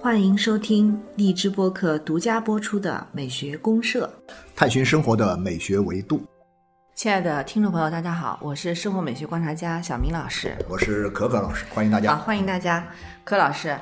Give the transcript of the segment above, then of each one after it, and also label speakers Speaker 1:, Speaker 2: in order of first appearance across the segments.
Speaker 1: 欢迎收听荔枝播客独家播出的《美学公社》，
Speaker 2: 探寻生活的美学维度。
Speaker 1: 亲爱的听众朋友，大家好，我是生活美学观察家小明老师，
Speaker 2: 我是可可老师，欢迎大家。
Speaker 1: 啊，欢迎大家，柯老师。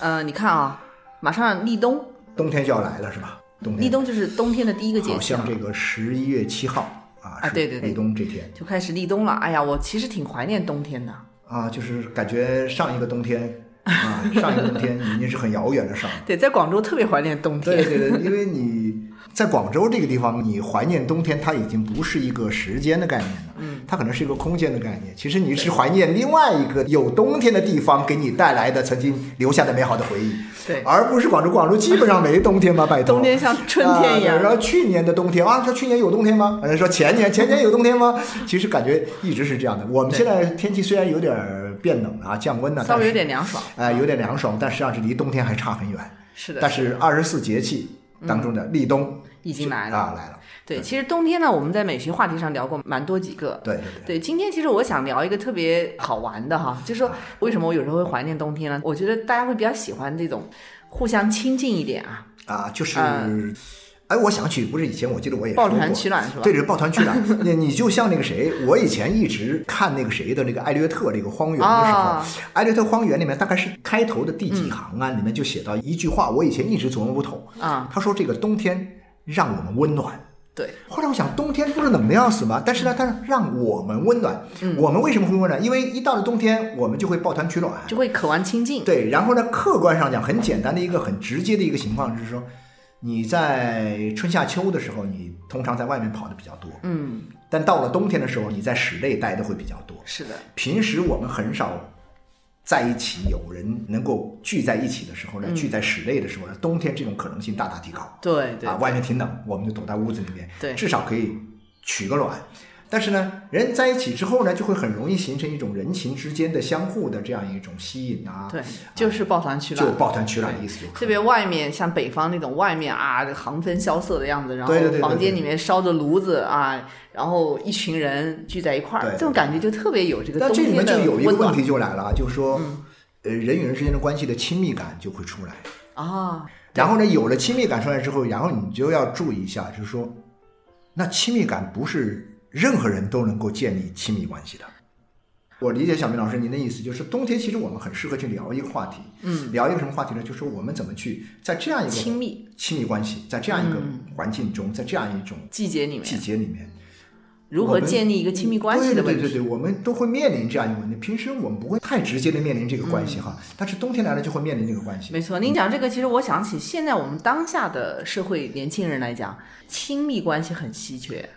Speaker 1: 呃，你看啊、马上立冬，
Speaker 2: 冬天就要来了是吧？冬天
Speaker 1: 立冬就是冬天的第一个节
Speaker 2: 好
Speaker 1: 气
Speaker 2: 像
Speaker 1: 啊，
Speaker 2: 这个十一月七号啊，
Speaker 1: 啊
Speaker 2: 是
Speaker 1: 对对对
Speaker 2: 立冬这天
Speaker 1: 就开始立冬了。哎呀，我其实挺怀念冬天的。
Speaker 2: 啊，就是感觉上一个冬天 啊，上一个冬天已经是很遥远的上了。
Speaker 1: 对，在广州特别怀念冬天。
Speaker 2: 对对对，因为你在广州这个地方，你怀念冬天，它已经不是一个时间的概念了，嗯，它可能是一个空间的概念。其实你是怀念另外一个有冬天的地方给你带来的曾经留下的美好的回忆，
Speaker 1: 对
Speaker 2: 而不是广州。广州基本上没冬天吧，拜托。
Speaker 1: 冬天像春天一样
Speaker 2: 啊对然后去年的冬天啊，说去年有冬天吗？人说前 年，前年有冬天吗？其实感觉一直是这样的。我们现在天气虽然有点儿变冷了啊，降温了，
Speaker 1: 稍微有
Speaker 2: 但是
Speaker 1: 点凉爽。
Speaker 2: 哎、有点凉爽，但实际上是离冬天还差很远。
Speaker 1: 是的，嗯
Speaker 2: 但是二十四节气当中的立冬
Speaker 1: 已经来了
Speaker 2: 啊，来了。
Speaker 1: 对，其实冬天呢，我们在美学话题上聊过蛮多几个。
Speaker 2: 对对对，
Speaker 1: 对，今天其实我想聊一个特别好玩的哈，就是说
Speaker 2: 啊
Speaker 1: 为什么我有时候会怀念冬天呢？我觉得大家会比较喜欢这种互相亲近一点啊，
Speaker 2: 啊，就是
Speaker 1: 嗯，
Speaker 2: 哎，我想起不是以前我记得我也
Speaker 1: 抱
Speaker 2: 说
Speaker 1: 团
Speaker 2: 过
Speaker 1: 取暖是吧？
Speaker 2: 对，对，抱团取 暖。你你就像那个谁，我以前一直看那个谁的那个《艾略特》这个荒原的时候，
Speaker 1: 啊
Speaker 2: 艾略特荒原》里面大概是开头的第几行啊，里面就写到一句话，我以前一直琢磨不透。
Speaker 1: 啊，
Speaker 2: 他说这个冬天让我们温暖。
Speaker 1: 对，
Speaker 2: 后来我想，冬天不是冷的要死吗？但是呢，它让我们温暖。我们为什么会温暖？因为一到了冬天，我们就会抱团取暖。
Speaker 1: 就会渴望亲近。
Speaker 2: 对，然后呢，客观上讲，很简单的一个很直接的一个情况就是说，你在春夏秋的时候，你通常在外面跑的比较多，
Speaker 1: 嗯，
Speaker 2: 但到了冬天的时候，你在室内待的会比较多。
Speaker 1: 是的，
Speaker 2: 平时我们很少在一起，有人能够聚在一起的时候
Speaker 1: 嗯
Speaker 2: 呢，聚在室内的时候呢，冬天这种可能性大大提高。
Speaker 1: 对对
Speaker 2: 啊，外面挺冷，我们就躲在屋子里面，
Speaker 1: 对
Speaker 2: 至少可以取个暖。但是呢，人在一起之后呢，就会很容易形成一种人情之间的相互的这样一种吸引啊，
Speaker 1: 对，就是抱团取
Speaker 2: 就
Speaker 1: 暖。
Speaker 2: 抱团取暖的意思就可
Speaker 1: 特
Speaker 2: 以。
Speaker 1: 别外面像北方那种外面啊航分萧瑟的样子，然后
Speaker 2: 对对对对
Speaker 1: 房间里面烧着炉子啊，然后一群人聚在一块儿，
Speaker 2: 对
Speaker 1: 这种感觉就特别有这个
Speaker 2: 但
Speaker 1: 冬
Speaker 2: 这里
Speaker 1: 天
Speaker 2: 面就
Speaker 1: 的
Speaker 2: 有一个
Speaker 1: 温
Speaker 2: 问
Speaker 1: 暖嗯
Speaker 2: 题就来了，就是说，呃，人与人之间的关系的亲密感就会出来。
Speaker 1: 啊，
Speaker 2: 然后呢，有了亲密感出来之后，然后你就要注意一下，就是说，那亲密感不是任何人都能够建立亲密关系的。我理解小明老师您的意思，就是冬天其实我们很适合去聊一个话题，嗯，聊一个什么话题呢？就是我们怎么去在这样一个
Speaker 1: 亲密嗯
Speaker 2: 亲密关系，在这样一个环境中，在这样一种
Speaker 1: 季节里
Speaker 2: 季
Speaker 1: 面
Speaker 2: 节里面，
Speaker 1: 如何建立一个亲密关系的问
Speaker 2: 对对
Speaker 1: 题。
Speaker 2: 对对，我们都会面临这样一个问题。平时我们不会太直接的面临这个关
Speaker 1: 嗯
Speaker 2: 系哈，但是冬天来了就会面临这个关系。
Speaker 1: 没错，您讲这个，其实我想起现在我们当下的社会年轻人来讲，亲密关系很稀缺。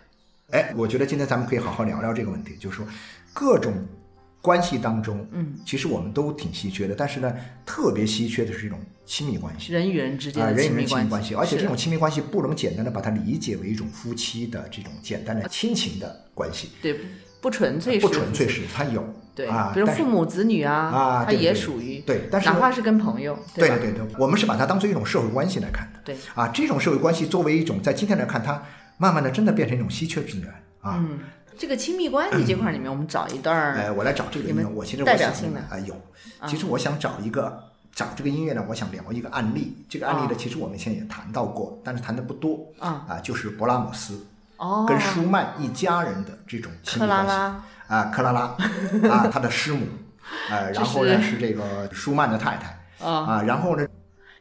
Speaker 2: 哎，我觉得今天咱们可以好好聊聊这个问题，就是说各种关系当中，
Speaker 1: 嗯，
Speaker 2: 其实我们都挺稀缺的，但是呢，特别稀缺的是一种亲密关系。
Speaker 1: 人与人之间
Speaker 2: 啊，
Speaker 1: 的
Speaker 2: 人与
Speaker 1: 亲
Speaker 2: 人
Speaker 1: 密
Speaker 2: 亲
Speaker 1: 关
Speaker 2: 密
Speaker 1: 系，
Speaker 2: 关系，而且
Speaker 1: 是
Speaker 2: 这种亲密关系不能简单的把它理解为一种夫妻的这种简单的亲情的关系，
Speaker 1: 对不不纯粹呃是
Speaker 2: 呃不纯粹是它有
Speaker 1: 对，
Speaker 2: 啊，
Speaker 1: 比如
Speaker 2: 但是
Speaker 1: 父母子女啊，
Speaker 2: 啊
Speaker 1: 它
Speaker 2: 对对
Speaker 1: 也
Speaker 2: 对
Speaker 1: 属于
Speaker 2: 对，但是
Speaker 1: 哪怕是跟朋友，
Speaker 2: 对
Speaker 1: 吧
Speaker 2: 对对，我们是把它当做一种社会关系来看的。
Speaker 1: 对
Speaker 2: 啊，这种社会关系作为一种在今天来看，它慢慢的真的变成一种稀缺资源啊。
Speaker 1: 嗯，这个亲密关系这块里面，我们找一段儿
Speaker 2: 呃，我来找这个
Speaker 1: 你
Speaker 2: 音
Speaker 1: 们
Speaker 2: 乐，我其实
Speaker 1: 代
Speaker 2: 我
Speaker 1: 表
Speaker 2: 想
Speaker 1: 性的
Speaker 2: 啊、有，其实我想找一个找这个音乐呢，我想聊一个案例。这个案
Speaker 1: 哦
Speaker 2: 例呢，其实我们以前也谈到过，但是谈的不多
Speaker 1: 啊
Speaker 2: 啊，就是勃拉姆斯
Speaker 1: 哦，
Speaker 2: 跟舒曼一家人的这种亲
Speaker 1: 克
Speaker 2: 密
Speaker 1: 拉
Speaker 2: 关系
Speaker 1: 拉
Speaker 2: 啊，克 拉拉啊，他的师母，呃，然后呢是这个舒曼的太太。
Speaker 1: 啊，
Speaker 2: 啊，然后呢，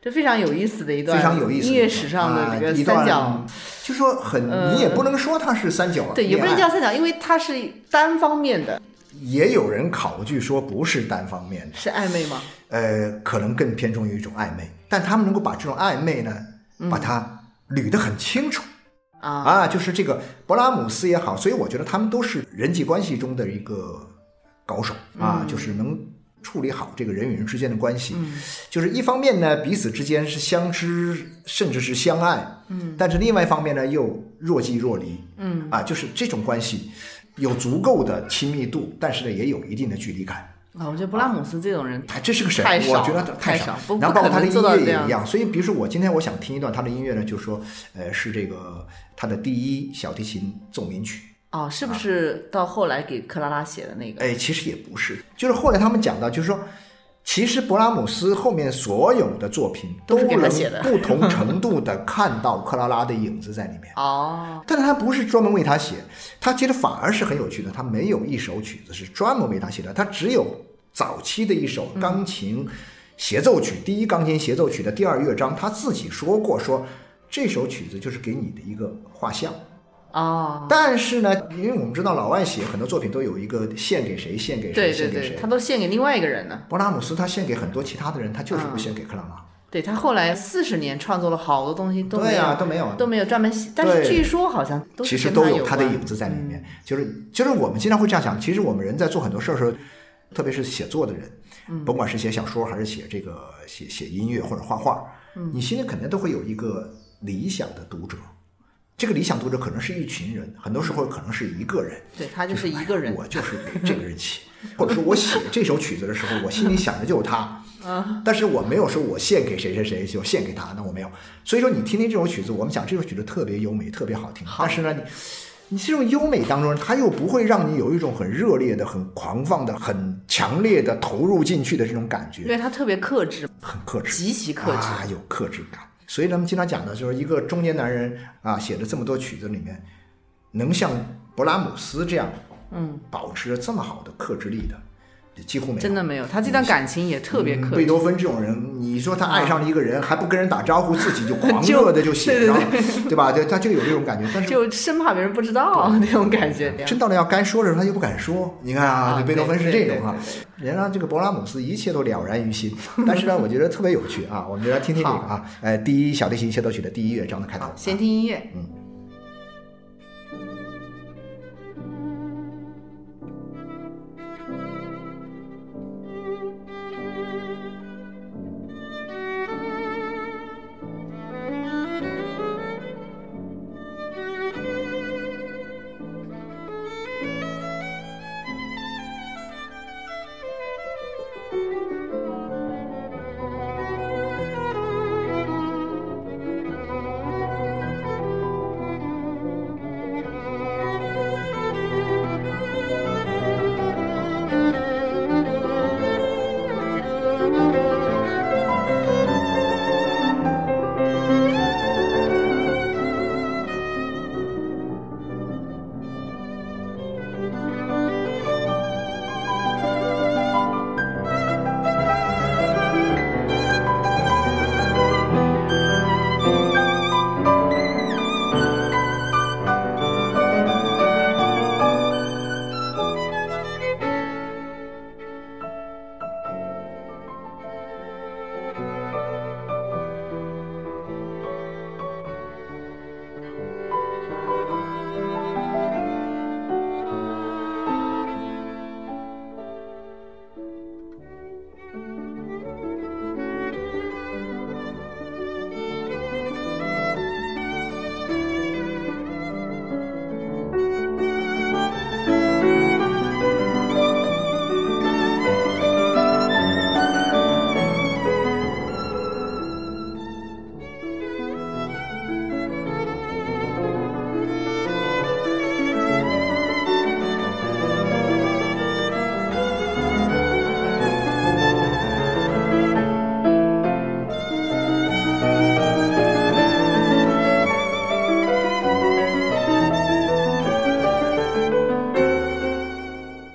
Speaker 1: 这非常有意思的一段
Speaker 2: 非常有意思的一段，
Speaker 1: 音乐史上的这个
Speaker 2: 啊一
Speaker 1: 三
Speaker 2: 段
Speaker 1: 角。呃
Speaker 2: 就说很，你也不能说它是三角恋爱，
Speaker 1: 对，也不能叫三角，因为它是单方面的，
Speaker 2: 也有人考据说不是单方面的，
Speaker 1: 是暧昧吗？
Speaker 2: 呃，可能更偏重于一种暧昧，但他们能够把这种暧昧呢，把它捋得很清楚、
Speaker 1: 啊，
Speaker 2: 啊，就是这个勃拉姆斯也好，所以我觉得他们都是人际关系中的一个高手啊，就是能处理好这个人与人之间的关系，就是一方面呢，彼此之间是相知，甚至是相爱，嗯，但是另外一方面呢，又若即若离，
Speaker 1: 嗯，
Speaker 2: 啊，就是这种关系有足够的亲密度，但是呢，也有一定的距离感。
Speaker 1: 啊，我觉得勃拉姆斯这种人，
Speaker 2: 哎，这是个神，
Speaker 1: 太
Speaker 2: 我
Speaker 1: 少
Speaker 2: 觉得
Speaker 1: 了太
Speaker 2: 太
Speaker 1: 少不
Speaker 2: 然后
Speaker 1: 不
Speaker 2: 包
Speaker 1: 可
Speaker 2: 括他的
Speaker 1: 能做到
Speaker 2: 音
Speaker 1: 这
Speaker 2: 乐
Speaker 1: 样
Speaker 2: 也一样，所以比如说我今天我想听一段他的音乐呢，就说，呃，是这个他的第一小提琴奏鸣曲。
Speaker 1: 哦，是不是到后来给克拉拉写的那个？
Speaker 2: 哎哎，其实也不是，就是后来他们讲到，就是说其实勃拉姆斯后面所有的作品
Speaker 1: 都是给他
Speaker 2: 能
Speaker 1: 写的
Speaker 2: 不 同程度的看到克拉拉的影子在里面，
Speaker 1: 哦，
Speaker 2: 但是他不是专门为他写，他其实反而是很有趣的，他没有一首曲子是专门为他写的，他只有早期的一首钢琴协奏曲，第一钢琴协奏曲的第二乐章，他自己说过说这首曲子就是给你的一个画像。
Speaker 1: 哦，
Speaker 2: 但是呢，因为我们知道老外写很多作品都有一个献给谁，献给谁，
Speaker 1: 对对
Speaker 2: 献给
Speaker 1: 对，
Speaker 2: 谁
Speaker 1: 他。都献给另外一个人呢。
Speaker 2: 勃拉姆斯他献给很多其他的人，他就是
Speaker 1: 嗯
Speaker 2: 不献给克拉拉。
Speaker 1: 对他后来四十年创作了好多东西都没
Speaker 2: 对
Speaker 1: 有、
Speaker 2: 呀、都没有。
Speaker 1: 都没有专门写，但是
Speaker 2: 对
Speaker 1: 据说好像都
Speaker 2: 其
Speaker 1: 是
Speaker 2: 实
Speaker 1: 跟
Speaker 2: 都
Speaker 1: 有
Speaker 2: 有他的
Speaker 1: 关嗯
Speaker 2: 影子在里面。就是就是我们经常会这样想，其实我们人在做很多事儿的时候，特别是写作的人，
Speaker 1: 嗯
Speaker 2: 甭管是写小说还是写这个写写音乐或者画画，
Speaker 1: 嗯
Speaker 2: 你心里肯定都会有一个理想的读者。这个理想读者可能是一群人，很多时候可能是一个人，
Speaker 1: 对他就是一个人，
Speaker 2: 我就是给这个人写，或者说我写这首曲子的时候，我心里想着就是他，
Speaker 1: 嗯
Speaker 2: 但是我没有说我献给谁谁谁就献给他，那我没有。所以说你听听这首曲子，我们讲这首曲子特别优美，特别好听，但是呢，你你这种优美当中，它又不会让你有一种很热烈的、很狂放的、很强烈的投入进去的这种感
Speaker 1: 因
Speaker 2: 觉，
Speaker 1: 为他特别克制，
Speaker 2: 很克制。
Speaker 1: 极其克制。
Speaker 2: 啊，有克制感。所以咱们经常讲的就是一个中年男人啊，写的这么多曲子里面，能像勃拉姆斯这样，嗯，保持着这么好的克制力的，也几乎没有。
Speaker 1: 真的没有，他这段感情也特别
Speaker 2: 嗯
Speaker 1: 克
Speaker 2: 贝
Speaker 1: 制，
Speaker 2: 多芬这种人，你说他爱上了一个人，还不跟人打招呼，自己就 狂
Speaker 1: 就
Speaker 2: 热的就写，
Speaker 1: 对对
Speaker 2: 然后对吧？对，他就有这种感觉。但是
Speaker 1: 就生怕别人不知道那种感觉。
Speaker 2: 真到了要该说的时候，他又不敢说。你看啊，
Speaker 1: 啊
Speaker 2: 这贝多芬是这种啊
Speaker 1: 对，
Speaker 2: 人家这个勃拉姆斯一切都了然于心。但是呢，我觉得特别有趣 啊，我们就来听听这个啊，呃，第一小提琴协奏曲的第一乐章的开头。啊
Speaker 1: 先听音乐，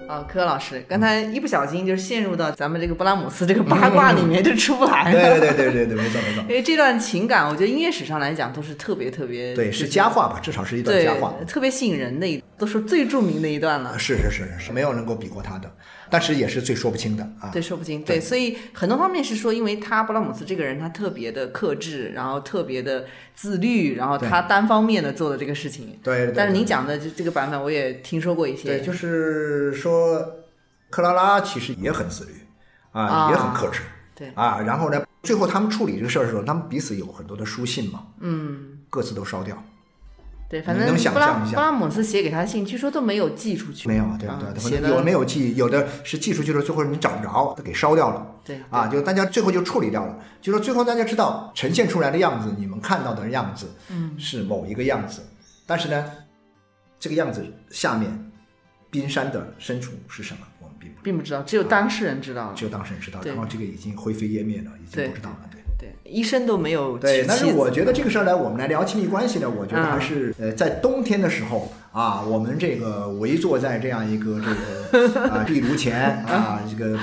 Speaker 1: 啊，柯老师，刚才
Speaker 2: 嗯
Speaker 1: 一不小心就陷入到咱们这个勃拉姆斯这个八卦里面，就出不来了。
Speaker 2: 对对对对对，没错没错，
Speaker 1: 因为这段情感，我觉得音乐史上来讲都是特别特别
Speaker 2: 对是佳话吧，至少是一段
Speaker 1: 对
Speaker 2: 佳话。
Speaker 1: 特别吸引人的一，都是最著名的一段了
Speaker 2: 啊。是是是是是，没有能够比过他的，但是也是最说不清的啊。
Speaker 1: 对，说不清。对，所以很多方面是说，因为他勃拉姆斯这个人，他特别的克制，然后特别的自律，然后他单方面的做的这个事情。
Speaker 2: 对对
Speaker 1: 但是
Speaker 2: 对
Speaker 1: 您讲的这这个版本，我也听说过一些。
Speaker 2: 对，就是说，克拉拉其实也很自律啊，
Speaker 1: 啊
Speaker 2: 也很克制。
Speaker 1: 对
Speaker 2: 啊，然后呢，最后他们处理这个事儿的时候，他们彼此有很多的书信嘛，
Speaker 1: 嗯，
Speaker 2: 各自都烧掉。
Speaker 1: 对，反
Speaker 2: 你
Speaker 1: 正
Speaker 2: 能想
Speaker 1: 布拉
Speaker 2: 象一
Speaker 1: 布
Speaker 2: 下
Speaker 1: 拉姆斯写给他的信，据说都没有寄出去。
Speaker 2: 没有，对啊，对
Speaker 1: 啊
Speaker 2: 啊，
Speaker 1: 写
Speaker 2: 对啊
Speaker 1: 的
Speaker 2: 有的没有寄，有的是寄出去了，最后你找不着，他给烧掉了。
Speaker 1: 对
Speaker 2: 啊，就大家最后就处理掉了，就说最后大家知道呈现出来的样子，你们看到的样子，嗯，是某一个样子，但是呢，这个样子下面冰山的深处是什么，我们并不
Speaker 1: 并不知道，只有当事人知道了。
Speaker 2: 只有当事人知道。
Speaker 1: 对
Speaker 2: 然后这个已经灰飞烟灭了，已经不知道了。对。
Speaker 1: 对，医生都没有
Speaker 2: 对，
Speaker 1: 娶
Speaker 2: 但是
Speaker 1: 妻子
Speaker 2: 我觉得这个事儿呢，我们来聊亲密关系呢，我觉得还
Speaker 1: 嗯
Speaker 2: 是、呃，在冬天的时候啊，我们这个围坐在这样一个 这个啊壁炉前啊，这个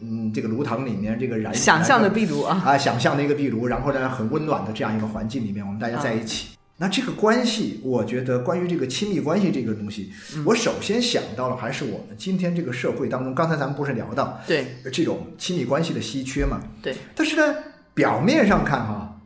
Speaker 2: 嗯，这个炉膛里面这个燃
Speaker 1: 想象的
Speaker 2: 燃
Speaker 1: 壁炉啊，
Speaker 2: 啊，想象的一个壁炉，然后呢，很温暖的这样一个环境里面，我们大家在一起。
Speaker 1: 嗯
Speaker 2: 那这个关系，我觉得关于这个亲密关系这个东西，
Speaker 1: 嗯
Speaker 2: 我首先想到了还是我们今天这个社会当中，刚才咱们不是聊到
Speaker 1: 对
Speaker 2: 呃这种亲密关系的稀缺嘛？
Speaker 1: 对，
Speaker 2: 但是呢，表面上看哈、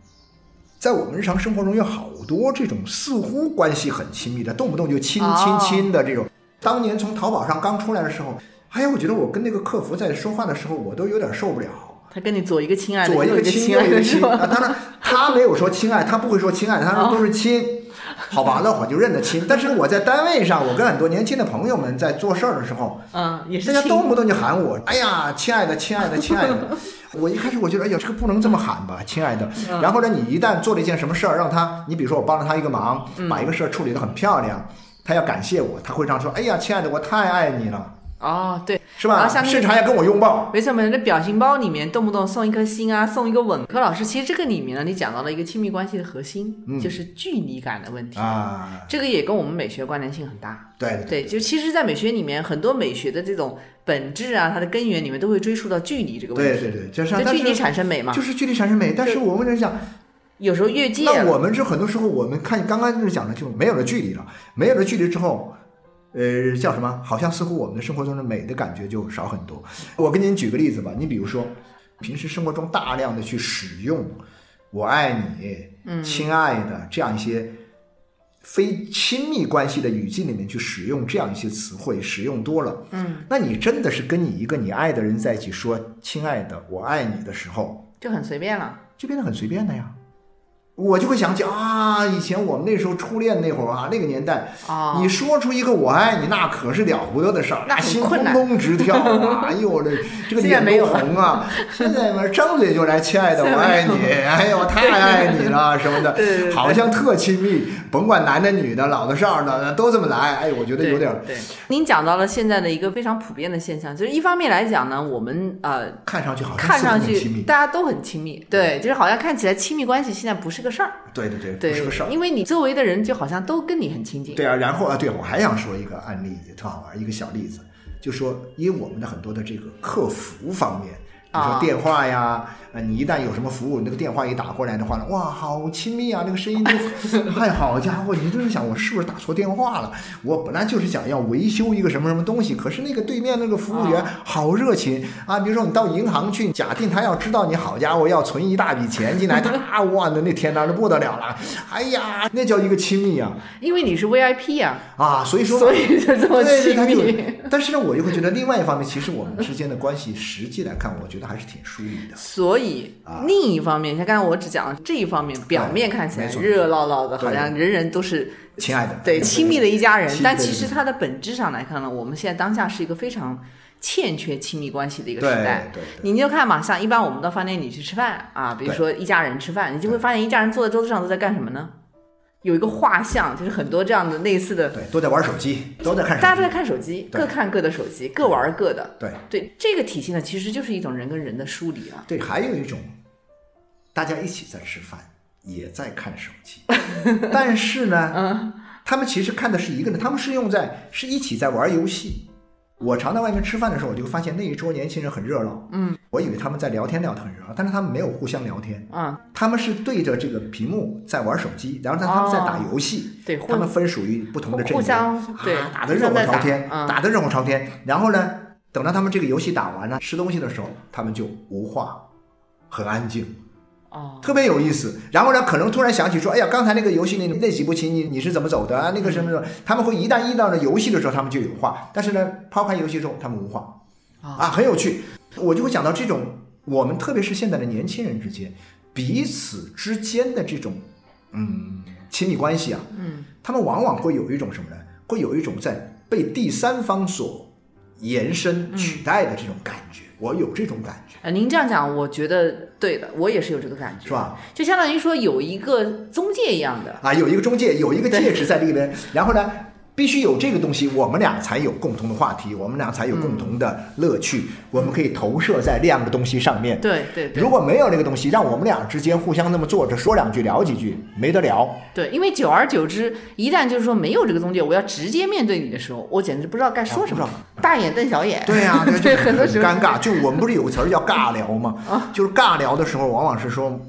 Speaker 2: 在我们日常生活中有好多这种似乎关系很亲密的，动不动就亲亲
Speaker 1: 哦
Speaker 2: 亲的这种。当年从淘宝上刚出来的时候，哎呀，我觉得我跟那个客服在说话的时候，我都有点受不了。
Speaker 1: 他跟你左一个亲爱的，
Speaker 2: 左一
Speaker 1: 右
Speaker 2: 个
Speaker 1: 哎一个
Speaker 2: 亲，
Speaker 1: 亲
Speaker 2: 右
Speaker 1: 爱
Speaker 2: 一个
Speaker 1: 的
Speaker 2: 亲
Speaker 1: 是
Speaker 2: 啊！
Speaker 1: 吧？哦
Speaker 2: 当然，他没有说亲爱，他不会说亲爱，他说都是亲。好吧，那我就认得亲。但是我在单位上，我跟很多年轻的朋友们在做事儿的时候，
Speaker 1: 嗯，也是
Speaker 2: 大家
Speaker 1: 亲
Speaker 2: 动不动就喊 我，哎呀，亲爱的，亲爱的，亲爱的。我一开始我觉得，哎呀，这个不能这么喊吧，亲爱的。
Speaker 1: 嗯
Speaker 2: 然后呢，你一旦做了一件什么事儿，让他，你比如说我帮了他一个忙，
Speaker 1: 嗯
Speaker 2: 把一个事儿处理得很漂亮，他要感谢我，他会这样说，哎呀，亲爱的，我太爱你了，
Speaker 1: 哦，对，
Speaker 2: 是吧
Speaker 1: 啊像？那个
Speaker 2: 甚至还要跟我 拥抱。
Speaker 1: 没错没错，那表情包里面动不动送一颗心啊，送一个吻。柯老师，其实这个里面呢，你讲到了一个亲密关系的核心，
Speaker 2: 嗯
Speaker 1: 就是距离感的问题。
Speaker 2: 啊，
Speaker 1: 这个也跟我们美学关联性很大，
Speaker 2: 对对
Speaker 1: 对，就其实，在美学里面，很多美学的这种本质啊，它的根源里面都会追溯到距离这个问
Speaker 2: 对
Speaker 1: 题，
Speaker 2: 对对，就是
Speaker 1: 就
Speaker 2: 但
Speaker 1: 距离
Speaker 2: 是
Speaker 1: 产生美嘛，
Speaker 2: 就是距离产生美，但是我们人讲，
Speaker 1: 有时候越界
Speaker 2: 那
Speaker 1: 了，
Speaker 2: 我们是很多时候我们看刚刚就是讲的就没有了距离了，没有了距离之后。呃，叫什么？好像似乎我们的生活中的美的感觉就少很多。我给您举个例子吧，你比如说，平时生活中大量的去使用“我爱你”“
Speaker 1: 嗯
Speaker 2: 亲爱的”这样一些非亲密关系的语境里面去使用这样一些词汇，使用多了，
Speaker 1: 嗯，
Speaker 2: 那你真的是跟你一个你爱的人在一起说“亲爱的，我爱你”的时候，
Speaker 1: 就很随便了。
Speaker 2: 就变得很随便的呀。我就会想起啊，以前我们那时候初恋那会儿啊，那个年代，
Speaker 1: 哦
Speaker 2: 你说出一个“我爱你”，那可是了不得的事儿，
Speaker 1: 那很
Speaker 2: 心
Speaker 1: 困
Speaker 2: 砰
Speaker 1: 难
Speaker 2: 砰直 跳啊！哎呦我的这个
Speaker 1: 现在
Speaker 2: 脸
Speaker 1: 没
Speaker 2: 都
Speaker 1: 有了
Speaker 2: 红啊！现在嘛，张嘴就来“亲爱的，
Speaker 1: 现在
Speaker 2: 我爱你”，哎呀，我太爱你了什么 的
Speaker 1: 对对对，
Speaker 2: 好像特亲密，甭管男的、女的、老的、少的，都这么来。哎，我觉得
Speaker 1: 对
Speaker 2: 有点儿
Speaker 1: 对，您讲到了现在的一个非常普遍的现象，就是一方面来讲呢，我们呃
Speaker 2: 看上去好像
Speaker 1: 看上
Speaker 2: 似乎很亲
Speaker 1: 去
Speaker 2: 密，
Speaker 1: 大家都很亲密，对，就是好像看起来亲密关系现在不是个事儿，
Speaker 2: 对对对，不
Speaker 1: 对，
Speaker 2: 是个事儿。
Speaker 1: 因为你周围的人就好像都跟你很亲近，
Speaker 2: 对啊，然后啊，对我还想说一个案例，也特好玩，一个小例子，就说因为我们的很多的这个客服方面，比如说
Speaker 1: 啊
Speaker 2: 电话呀，呃，你一旦有什么服务，你那个电话一打过来的话呢，哇，好亲密啊，那个声音就， 嗨，好家伙，你就是想我是不是打错电话了？我本来就是想要维修一个什么什么东西，可是那个对面那个服务员好热情啊，比如说你到银行去，假定他要知道你好家伙要存一大笔钱进来，他哇，那那天哪，那不得了了，哎呀，那叫一个亲密啊。
Speaker 1: 因为你是 VIP 啊，
Speaker 2: 啊，所以说，
Speaker 1: 所以就这么
Speaker 2: 对对，
Speaker 1: 亲
Speaker 2: 他就
Speaker 1: 密。。
Speaker 2: 但是呢，我又会觉得，另外一方面，其实我们之间的关系，实际来看，我觉得还是挺疏离的。
Speaker 1: 所以
Speaker 2: 啊，哎
Speaker 1: 另一方面，像刚才我只讲了这一方面，表面看起来
Speaker 2: 没错
Speaker 1: 热热闹闹的，
Speaker 2: 对
Speaker 1: 好像人人都是
Speaker 2: 亲爱的，
Speaker 1: 对亲密的一家人
Speaker 2: 亲，
Speaker 1: 但
Speaker 2: 对
Speaker 1: 其实
Speaker 2: 对
Speaker 1: 它的本质上来看呢，我们现在当下是一个非常欠缺亲密关系的一个
Speaker 2: 对
Speaker 1: 时代。
Speaker 2: 对对
Speaker 1: 你就看嘛，像一般我们到饭店里去吃饭啊，比如说一家人吃饭，你就会发现一家人坐在桌子上都在干什么呢？有一个画像，就是很多这样的类似的，
Speaker 2: 对，都在玩手机，都在看
Speaker 1: 大家都
Speaker 2: 手
Speaker 1: 在
Speaker 2: 机。
Speaker 1: 看手机，
Speaker 2: 对
Speaker 1: 各看各的手机，各玩各的。
Speaker 2: 对
Speaker 1: 对，这个体系呢，其实就是一种人跟人的疏离啊。
Speaker 2: 对，还有一种，大家一起在吃饭，也在看手 机，但是
Speaker 1: 嗯
Speaker 2: 呢，他们其实看的是一个呢，他们是用在是一起在玩游戏。我常在外面吃饭的时候，我就会发现那一桌年轻人很热闹，嗯，我以为他们在聊天聊得很热闹，但是他们没有互相聊天，
Speaker 1: 啊、
Speaker 2: 他们是对着这个屏幕在玩手机，然后他们在打游
Speaker 1: 哦
Speaker 2: 戏，
Speaker 1: 对
Speaker 2: 他们分属于不同的阵营，
Speaker 1: 互相对
Speaker 2: 啊、打
Speaker 1: 互
Speaker 2: 得热
Speaker 1: 相
Speaker 2: 火
Speaker 1: 在
Speaker 2: 朝
Speaker 1: 打
Speaker 2: 天，
Speaker 1: 嗯
Speaker 2: 打得热火朝天。然后呢，等到他们这个游戏打完了，吃东西的时候，他们就无话，很安静，
Speaker 1: 哦，
Speaker 2: 特别有意思。然后呢，可能突然想起说，哎呀，刚才那个游戏那那几步棋你你是怎么走的啊？那个什么什么，
Speaker 1: 嗯
Speaker 2: 他们会一旦遇到了游戏的时候，他们就有话，但是呢，抛开游戏之后，他们无话，
Speaker 1: 啊
Speaker 2: 啊，很有趣。我就会想到这种，我们特别是现在的年轻人之间，彼此之间的这种嗯亲密关系啊，
Speaker 1: 嗯，
Speaker 2: 他们往往会有一种什么呢？会有一种在被第三方所延伸
Speaker 1: 嗯
Speaker 2: 取代的这种感觉。我有这种感觉，
Speaker 1: 呃，您这样讲，我觉得对的，我也是有这个感觉，
Speaker 2: 是？吧？
Speaker 1: 就相当于说有一个中介一样的，
Speaker 2: 啊，有一个中介，有一个
Speaker 1: 对
Speaker 2: 介质在里边，然后呢，必须有这个东西，我们俩才有共同的话题，我们俩才有共同
Speaker 1: 嗯
Speaker 2: 的乐趣，我们可以投射在这样的东西上面。
Speaker 1: 对对对
Speaker 2: 如果没有这个东西，让我们俩之间互相那么坐着说两句聊几句，没得聊。
Speaker 1: 对，因为久而久之，一旦就是说没有这个东西，我要直接面对你的时候，我简直不知道该说什么，
Speaker 2: 啊不
Speaker 1: 大眼瞪小眼。
Speaker 2: 对 呀、对，
Speaker 1: 对，
Speaker 2: 就
Speaker 1: 很多时候啊
Speaker 2: 尴尬。就我们不是有个词儿叫尬聊吗？就是尬聊的时候，往往是说。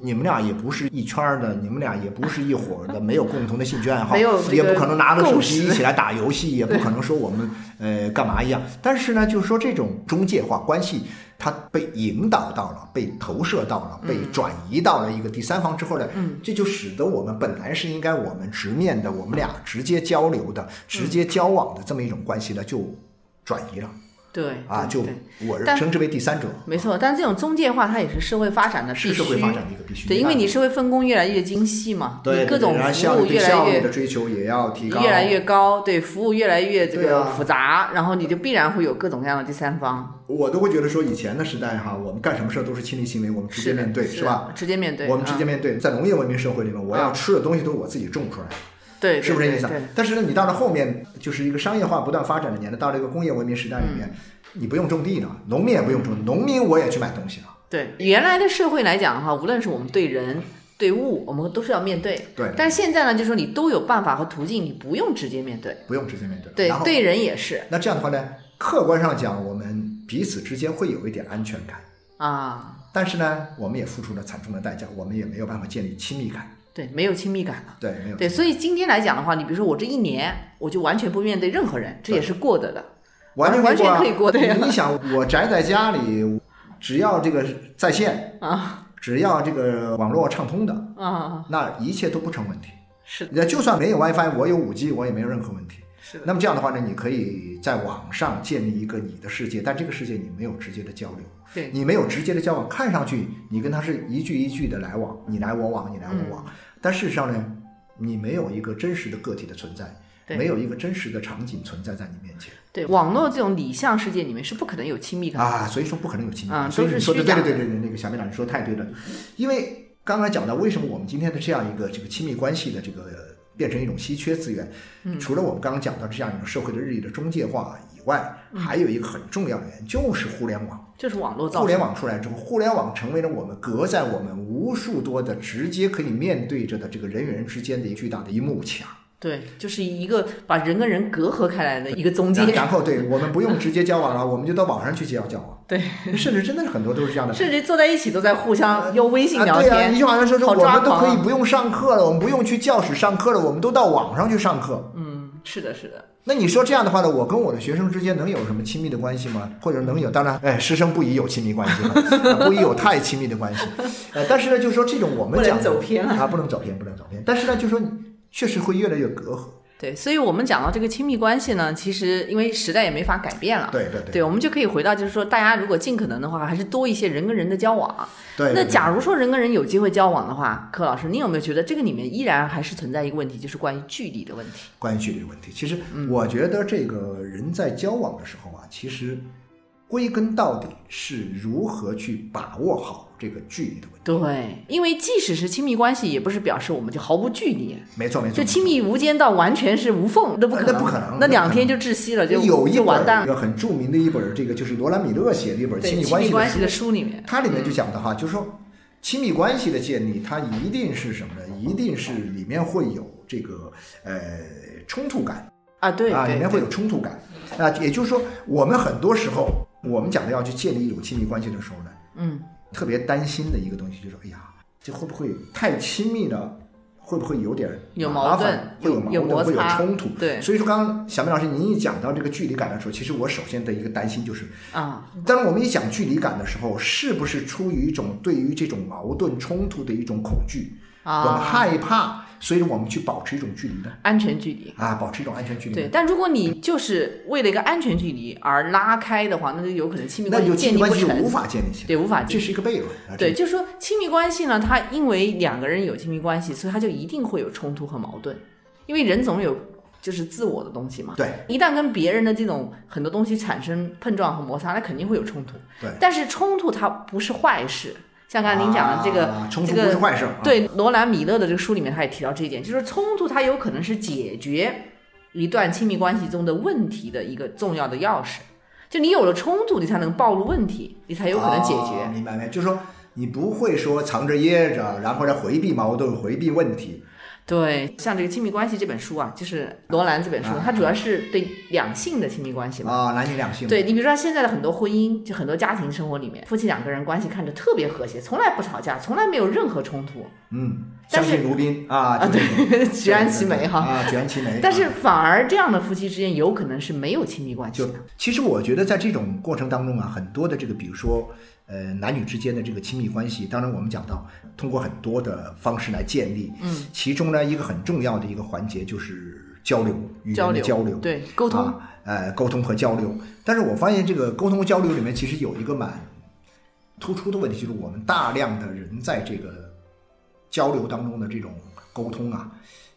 Speaker 2: 你们俩也不是一圈儿的，你们俩也不是一伙儿的， 没有共同的兴趣爱
Speaker 1: 嗯
Speaker 2: 好，
Speaker 1: 没有这个
Speaker 2: 也不可能拿着手机
Speaker 1: 共识
Speaker 2: 一起来打 游戏，也不可能说我们呃干嘛一样。但是呢，就是说这种中介化关系，它被引导到了，被投射到
Speaker 1: 嗯
Speaker 2: 了，被转移到了一个第三方之后呢，这就使得我们本来是应该我们直面的，我们俩直接交流
Speaker 1: 嗯
Speaker 2: 的、直接交往的这么一种关系呢，就转移了。
Speaker 1: 对
Speaker 2: 啊，
Speaker 1: 对
Speaker 2: 就
Speaker 1: 对
Speaker 2: 我
Speaker 1: 但
Speaker 2: 称之为第三者，
Speaker 1: 没错，但这种中介化它也是社会发展的嗯必须，
Speaker 2: 是社会发展的一个必须。
Speaker 1: 对，因为你社会分工越来越精细嘛，
Speaker 2: 对
Speaker 1: 你啊各种
Speaker 2: 对然后
Speaker 1: 服
Speaker 2: 效
Speaker 1: 务
Speaker 2: 率对
Speaker 1: 越来
Speaker 2: 效率
Speaker 1: 越
Speaker 2: 的追求也要提高，
Speaker 1: 越来越高，对，服务越来越这
Speaker 2: 对
Speaker 1: 个
Speaker 2: 啊
Speaker 1: 复杂，然后你就必然会有各种各样的第三方，
Speaker 2: 我都会觉得说以前的时代哈，我们干什么事儿都是亲力亲为，我们直接
Speaker 1: 是的
Speaker 2: 面对
Speaker 1: 是
Speaker 2: 是吧？？
Speaker 1: 直接面对，
Speaker 2: 我们直接
Speaker 1: 嗯
Speaker 2: 面对，在农业文明社会里面，我要
Speaker 1: 嗯
Speaker 2: 吃的东西都是我自己种出来的。
Speaker 1: 对，
Speaker 2: 是不是这意思啊
Speaker 1: 对，对？
Speaker 2: 但是呢，你到了后面就是一个商业化不断发展的年代，到了一个工业文明时代里面，
Speaker 1: 嗯
Speaker 2: 你不用种地了，农民也不用种，农民我也去买东西了。
Speaker 1: 对，原来的社会来讲的话，无论是我们对人。对物，我们都是要面对。
Speaker 2: 对
Speaker 1: 但是现在呢，就是说你都有办法和途径，你不用直接面对。
Speaker 2: 不用直接面对。
Speaker 1: 对
Speaker 2: 然，后
Speaker 1: 对人也是
Speaker 2: 那这样的话呢，客观上讲，我们彼此之间会有一点安全感，
Speaker 1: 啊，
Speaker 2: 但是呢，我们也付出了惨重的代价，我们也没有办法建立亲密感。
Speaker 1: 对，没有亲密感了。
Speaker 2: 对，没有。
Speaker 1: 对，所以今天来讲的话，你比如说我这一年，我就完全不面对任何人，这也是过得的。
Speaker 2: 完全
Speaker 1: 完全
Speaker 2: 可
Speaker 1: 可以过的啊呀
Speaker 2: 你想，我宅在家里，只要这个在线
Speaker 1: 啊，
Speaker 2: 只要这个网络畅通的，
Speaker 1: 啊，
Speaker 2: 那一切都不成问题。
Speaker 1: 是的，
Speaker 2: 那就算没有 WiFi，我有 5G，我也没有任何问题。
Speaker 1: 是的，
Speaker 2: 那么这样的话呢，你可以在网上建立一个你的世界，但这个世界你没有直接的交流，
Speaker 1: 对，
Speaker 2: 你没有直接的交往，看上去你跟他是一句一句的来往，你来我往，你来我往，但事实上呢，你没有一个真实的个体的存在，
Speaker 1: 对
Speaker 2: 没有一个真实的场景存在在你面前
Speaker 1: 对，网络这种理想世界里面是不可能有亲密感的。
Speaker 2: 啊，所以说不可能有亲密
Speaker 1: 啊
Speaker 2: 感。所以
Speaker 1: 都是
Speaker 2: 你说的
Speaker 1: 虚假
Speaker 2: 对
Speaker 1: 的
Speaker 2: 对对对对，那个小美老师说得太对了，因为刚才讲到为什么我们今天的这样一个这个亲密关系的这个。呃变成一种稀缺资源，除了我们刚刚讲到这样一种社会的日益的中介化以外，还有一个很重要的原因就是互联网。
Speaker 1: 就是网络造成
Speaker 2: 互联网出来之后，互联网成为了我们隔在我们无数多的直接可以面对着的这个人与人之间的一个巨大的一幕墙。
Speaker 1: 对，就是一个把人跟人隔阂开来的一个中
Speaker 2: 然
Speaker 1: 介，
Speaker 2: 然后对我们不用直接交往了，我们就到网上去交交往。
Speaker 1: 对，
Speaker 2: 甚至真的是很多都是这样 的。
Speaker 1: 甚至坐在一起都在互相用微信聊
Speaker 2: 啊对啊，
Speaker 1: 天
Speaker 2: 你。就好像说是
Speaker 1: 好
Speaker 2: 我
Speaker 1: 抓
Speaker 2: 们都
Speaker 1: 狂
Speaker 2: 可以
Speaker 1: 啊
Speaker 2: 不用上课了，我们不用去教室上课了，我们都到网上去上课。
Speaker 1: 嗯，是的，是的，
Speaker 2: 那你说这样的话呢，我跟我的学生之间能有什么亲密的关系吗？或者能有？当然，哎，师生不宜有亲密关 系了，不宜有太亲密的关系。呃，但是呢，就是说这种我们
Speaker 1: 不能
Speaker 2: 讲的
Speaker 1: 走偏了
Speaker 2: 啊，不能走偏，不能走偏。但是呢，就是说你确实会越来越隔阂。
Speaker 1: 对。所以我们讲到这个亲密关系呢，其实因为时代也没法改变了，
Speaker 2: 对对对
Speaker 1: 对，我们就可以回到，就是说，大家如果尽可能的话，还是多一些人跟人的交往。
Speaker 2: 对。
Speaker 1: 那
Speaker 2: 对
Speaker 1: 假如说人跟人有机会交往的话，柯老师，你有没有觉得这个里面依然还是存在一个问题，就是关于距离的问题？
Speaker 2: 关于距离的问题，其实
Speaker 1: 嗯
Speaker 2: 我觉得这个人在交往的时候啊，其实归根到底是如何去把握好这个距离的问题。
Speaker 1: 对，因为即使是亲密关系，也不是表示我们就毫无距离，
Speaker 2: 没错，没错。
Speaker 1: 就
Speaker 2: 没错
Speaker 1: 亲密无间到完全是无缝，那不可能，
Speaker 2: 嗯呃那不可能
Speaker 1: 那两天就窒息了，就
Speaker 2: 有一
Speaker 1: 就完
Speaker 2: 本
Speaker 1: 蛋
Speaker 2: 一
Speaker 1: 了。
Speaker 2: 个很著名的一本，这个就是罗兰米勒写的一本
Speaker 1: 对，
Speaker 2: 亲密
Speaker 1: 亲
Speaker 2: 关
Speaker 1: 密
Speaker 2: 系
Speaker 1: 关
Speaker 2: 的
Speaker 1: 系
Speaker 2: 书
Speaker 1: 的，书里面，
Speaker 2: 它里面就讲的话，就是说亲密关系的建立，它一定是什么呢？一定是里面会有这个呃冲突感
Speaker 1: 啊，对
Speaker 2: 啊，里
Speaker 1: 对
Speaker 2: 面会
Speaker 1: 对
Speaker 2: 有冲突感啊。也就是说，我们很多时候我们讲的要去建立一种亲密关系的时候呢，
Speaker 1: 嗯，
Speaker 2: 特别担心的一个东西就是，哎呀，这会不会太亲密了？会不会有点
Speaker 1: 有
Speaker 2: 麻
Speaker 1: 矛
Speaker 2: 烦
Speaker 1: 盾
Speaker 2: 会有
Speaker 1: 有
Speaker 2: 矛
Speaker 1: 有摩
Speaker 2: 盾，会有
Speaker 1: 擦
Speaker 2: 冲突。
Speaker 1: 对
Speaker 2: 所以说刚刚小明老师您一讲到这个距离感的时候，其实我首先的一个担心就是，
Speaker 1: 啊，
Speaker 2: 当然我们一讲距离感的时候，是不是出于一种对于这种矛盾冲突的一种恐惧？
Speaker 1: 啊
Speaker 2: 我们害怕，所以我们去保持一种距离呢？
Speaker 1: 安全距离。
Speaker 2: 啊，保持一种安全距离呢。
Speaker 1: 对，但如果你就是为了一个安全距离而拉开的话，那就有可能亲密
Speaker 2: 那
Speaker 1: 关系
Speaker 2: 你就亲
Speaker 1: 建
Speaker 2: 密
Speaker 1: 立
Speaker 2: 关
Speaker 1: 不
Speaker 2: 系就无
Speaker 1: 成，
Speaker 2: 法建立起来，
Speaker 1: 对，无法
Speaker 2: 这
Speaker 1: 建立。
Speaker 2: 是一个悖论。啊
Speaker 1: 对，，就是说亲密关系呢，它因为两个人有亲密关系，所以它就一定会有冲突和矛盾，因为人总有就是自我的东西嘛。
Speaker 2: 对，
Speaker 1: 一旦跟别人的这种很多东西产生碰撞和摩擦，那肯定会有冲突。
Speaker 2: 对
Speaker 1: 但是冲突它不是坏事，像刚才您讲的这个、
Speaker 2: 啊冲突
Speaker 1: 这
Speaker 2: 不是
Speaker 1: 个。
Speaker 2: 坏事。啊
Speaker 1: 对罗兰·米勒的这个书里面，他也提到这一点，就是冲突它有可能是解决一段亲密关系中的问题的一个重要的钥匙。就你有了冲突，你才能暴露问题，你才有可能解
Speaker 2: 哦
Speaker 1: 决。
Speaker 2: 明白没？就是说你不会说藏着掖着，然后再回避矛盾、回避问题。
Speaker 1: 对，像这个《亲密关系》这本书啊，就是罗兰这本书
Speaker 2: 啊，
Speaker 1: 它主要是对两性的亲密关系嘛。
Speaker 2: 啊、男女两性。
Speaker 1: 对你比如说现在的很多婚姻，就很多家庭生活里面，夫妻两个人关系看着特别和谐，从来不吵架，从来没有任何冲突
Speaker 2: 嗯，
Speaker 1: 但
Speaker 2: 相
Speaker 1: 是
Speaker 2: 敬如宾啊，
Speaker 1: 啊，
Speaker 2: 就是
Speaker 1: 对，举案齐眉哈。
Speaker 2: 啊，举案齐眉。
Speaker 1: 但是
Speaker 2: 啊
Speaker 1: 反而这样的夫妻之间有可能是没有亲密关系
Speaker 2: 就
Speaker 1: 的。
Speaker 2: 其实我觉得在这种过程当中啊，很多的这个，比如说呃男女之间的这个亲密关系，当然我们讲到通过很多的方式来建立，
Speaker 1: 嗯，
Speaker 2: 其中呢一个很重要的一个环节就是交流，语言
Speaker 1: 交
Speaker 2: 的
Speaker 1: 流，
Speaker 2: 交流，
Speaker 1: 对，沟通，
Speaker 2: 啊，呃，沟通和交流。但是我发现这个沟通和交流里面其实有一个蛮突出的问题，就是我们大量的人在这个交流当中的这种沟通啊，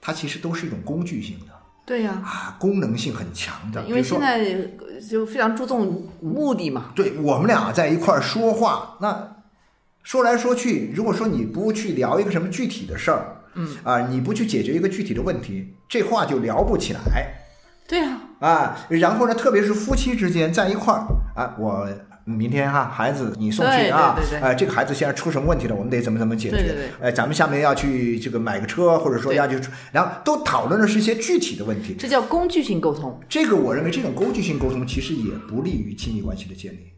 Speaker 2: 它其实都是一种工具性的
Speaker 1: 对呀、
Speaker 2: 啊，功能性很强的。
Speaker 1: 因为
Speaker 2: 比如说
Speaker 1: 现在呃就非常注重目的嘛，
Speaker 2: 对我们俩在一块儿说话，那说来说去，如果说你不去聊一个什么具体的事儿，
Speaker 1: 嗯
Speaker 2: 啊，你不去解决一个具体的问题，这话就聊不起来。
Speaker 1: 对呀、
Speaker 2: 啊，然后呢，特别是夫妻之间在一块儿啊，我明天哈、孩子你送去啊，
Speaker 1: 对对对对
Speaker 2: 呃，这个孩子现在出什么问题了，我们得怎么怎么解决？
Speaker 1: 对对对
Speaker 2: 呃，咱们下面要去这个买个车，或者说
Speaker 1: 对
Speaker 2: 要去，然后都讨论的是一些具体的问题。
Speaker 1: 这叫工具性沟通。
Speaker 2: 这个我认为这种工具性沟通其实也不利于亲密关系的建立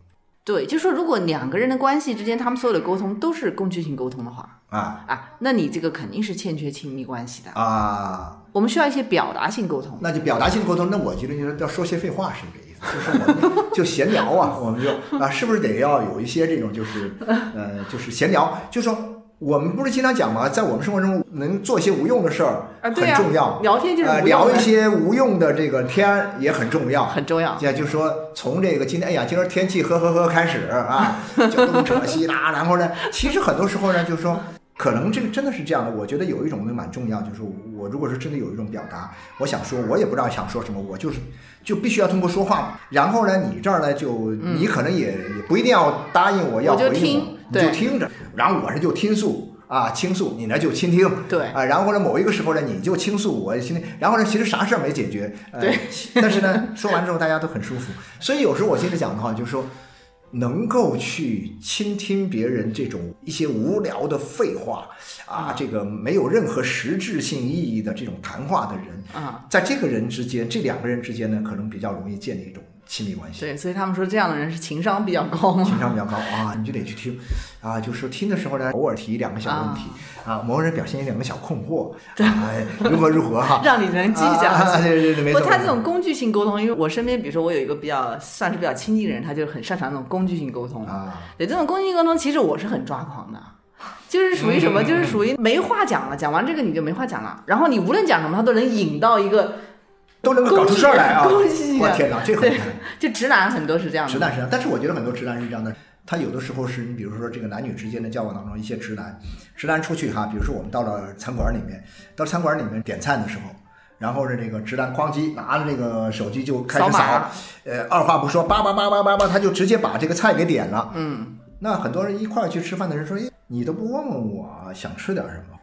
Speaker 1: 对，就说如果两个人的关系之间，他们所有的沟通都是工具性沟通的话
Speaker 2: 啊
Speaker 1: 啊，那你这个肯定是欠缺亲密关系的。
Speaker 2: 啊，
Speaker 1: 我们需要一些表达性沟通。
Speaker 2: 那就表达性沟通，那我觉得就是要说些废话是这意思，就是我们就闲聊啊，我们就啊，是不是得要有一些这种就是呃，就是闲聊，就说。我们不是经常讲吗？在我们生活中能做一些无用的事儿
Speaker 1: 啊
Speaker 2: 很
Speaker 1: 对呀
Speaker 2: 重要，
Speaker 1: 聊天就是
Speaker 2: 呃
Speaker 1: 无用
Speaker 2: 聊
Speaker 1: 的
Speaker 2: 一些无用的这个天儿也很重要，
Speaker 1: 很重要，
Speaker 2: 也就是说，从这个今天，哎呀，今儿天气呵呵呵开始啊，就东扯西拉，然后呢，其实很多时候呢，就是说，可能这个真的是这样的。我觉得有一种呢蛮重要，就是我如果是真的有一种表达，我想说，我也不知道想说什么，我就是就必须要通过说话。然后呢，你这儿呢，就你可能也、也不一定要答应我
Speaker 1: 嗯
Speaker 2: 要
Speaker 1: 我就
Speaker 2: 回应
Speaker 1: 听
Speaker 2: 我，你
Speaker 1: 对
Speaker 2: 就听着，然后我这就听诉。啊，倾诉你呢就倾听，
Speaker 1: 对
Speaker 2: 啊，然后呢，某一个时候呢，你就倾诉我心里，然后呢，其实啥事儿没解决，呃、
Speaker 1: 对，
Speaker 2: 但是呢，说完之后大家都很舒服。 所以有时候我心里讲的话就是说，能够去倾听别人这种一些无聊的废话
Speaker 1: 嗯
Speaker 2: 啊，这个没有任何实质性意义的这种谈话的人，
Speaker 1: 啊。
Speaker 2: 在这个人之间，这两个人之间呢，可能比较容易建立一种亲密关系。
Speaker 1: 对，所以他们说这样的人是情商比较高嘛。
Speaker 2: 情商比较高啊，你就得去听，啊，就是说听的时候呢，偶尔提两个小问题，啊，某人表现一两个小困惑，啊，如何如何 哈，
Speaker 1: 让你能记
Speaker 2: 啊
Speaker 1: 下
Speaker 2: 啊
Speaker 1: 来。
Speaker 2: 对对对，没
Speaker 1: 不，
Speaker 2: 错。
Speaker 1: 他
Speaker 2: 没
Speaker 1: 这
Speaker 2: 错
Speaker 1: 种工具性沟通，因为我身边，比如说我有一个比较算是比较亲近的人，他就很擅长那种工具性沟通。
Speaker 2: 啊，
Speaker 1: 对，这种工具性沟通，其实我是很抓狂的，就是属于什么，
Speaker 2: 嗯
Speaker 1: 就是属于没话讲了，讲完这个你就没话讲了，然后你无论讲什么，他都能引到一个，
Speaker 2: 都能够搞出事儿来啊！
Speaker 1: 恭喜
Speaker 2: 我天哪，这很
Speaker 1: 对就直男很多是这样的，
Speaker 2: 直男是这样，但是我觉得很多直男是这样的，他有的时候是你比如说这个男女之间的交往当中，一些直男，直男出去哈，比如说我们到了餐馆里面，到餐馆里面点菜的时候。然后呢，这个直男哐叽拿着那个手机就开始
Speaker 1: 扫
Speaker 2: 扫
Speaker 1: 码，
Speaker 2: 呃，二话不说，叭叭叭叭叭叭，他就直接把这个菜给点了。
Speaker 1: 嗯，
Speaker 2: 那很多人一块儿去吃饭的人说：“哎，你都不问问我想吃点什么？”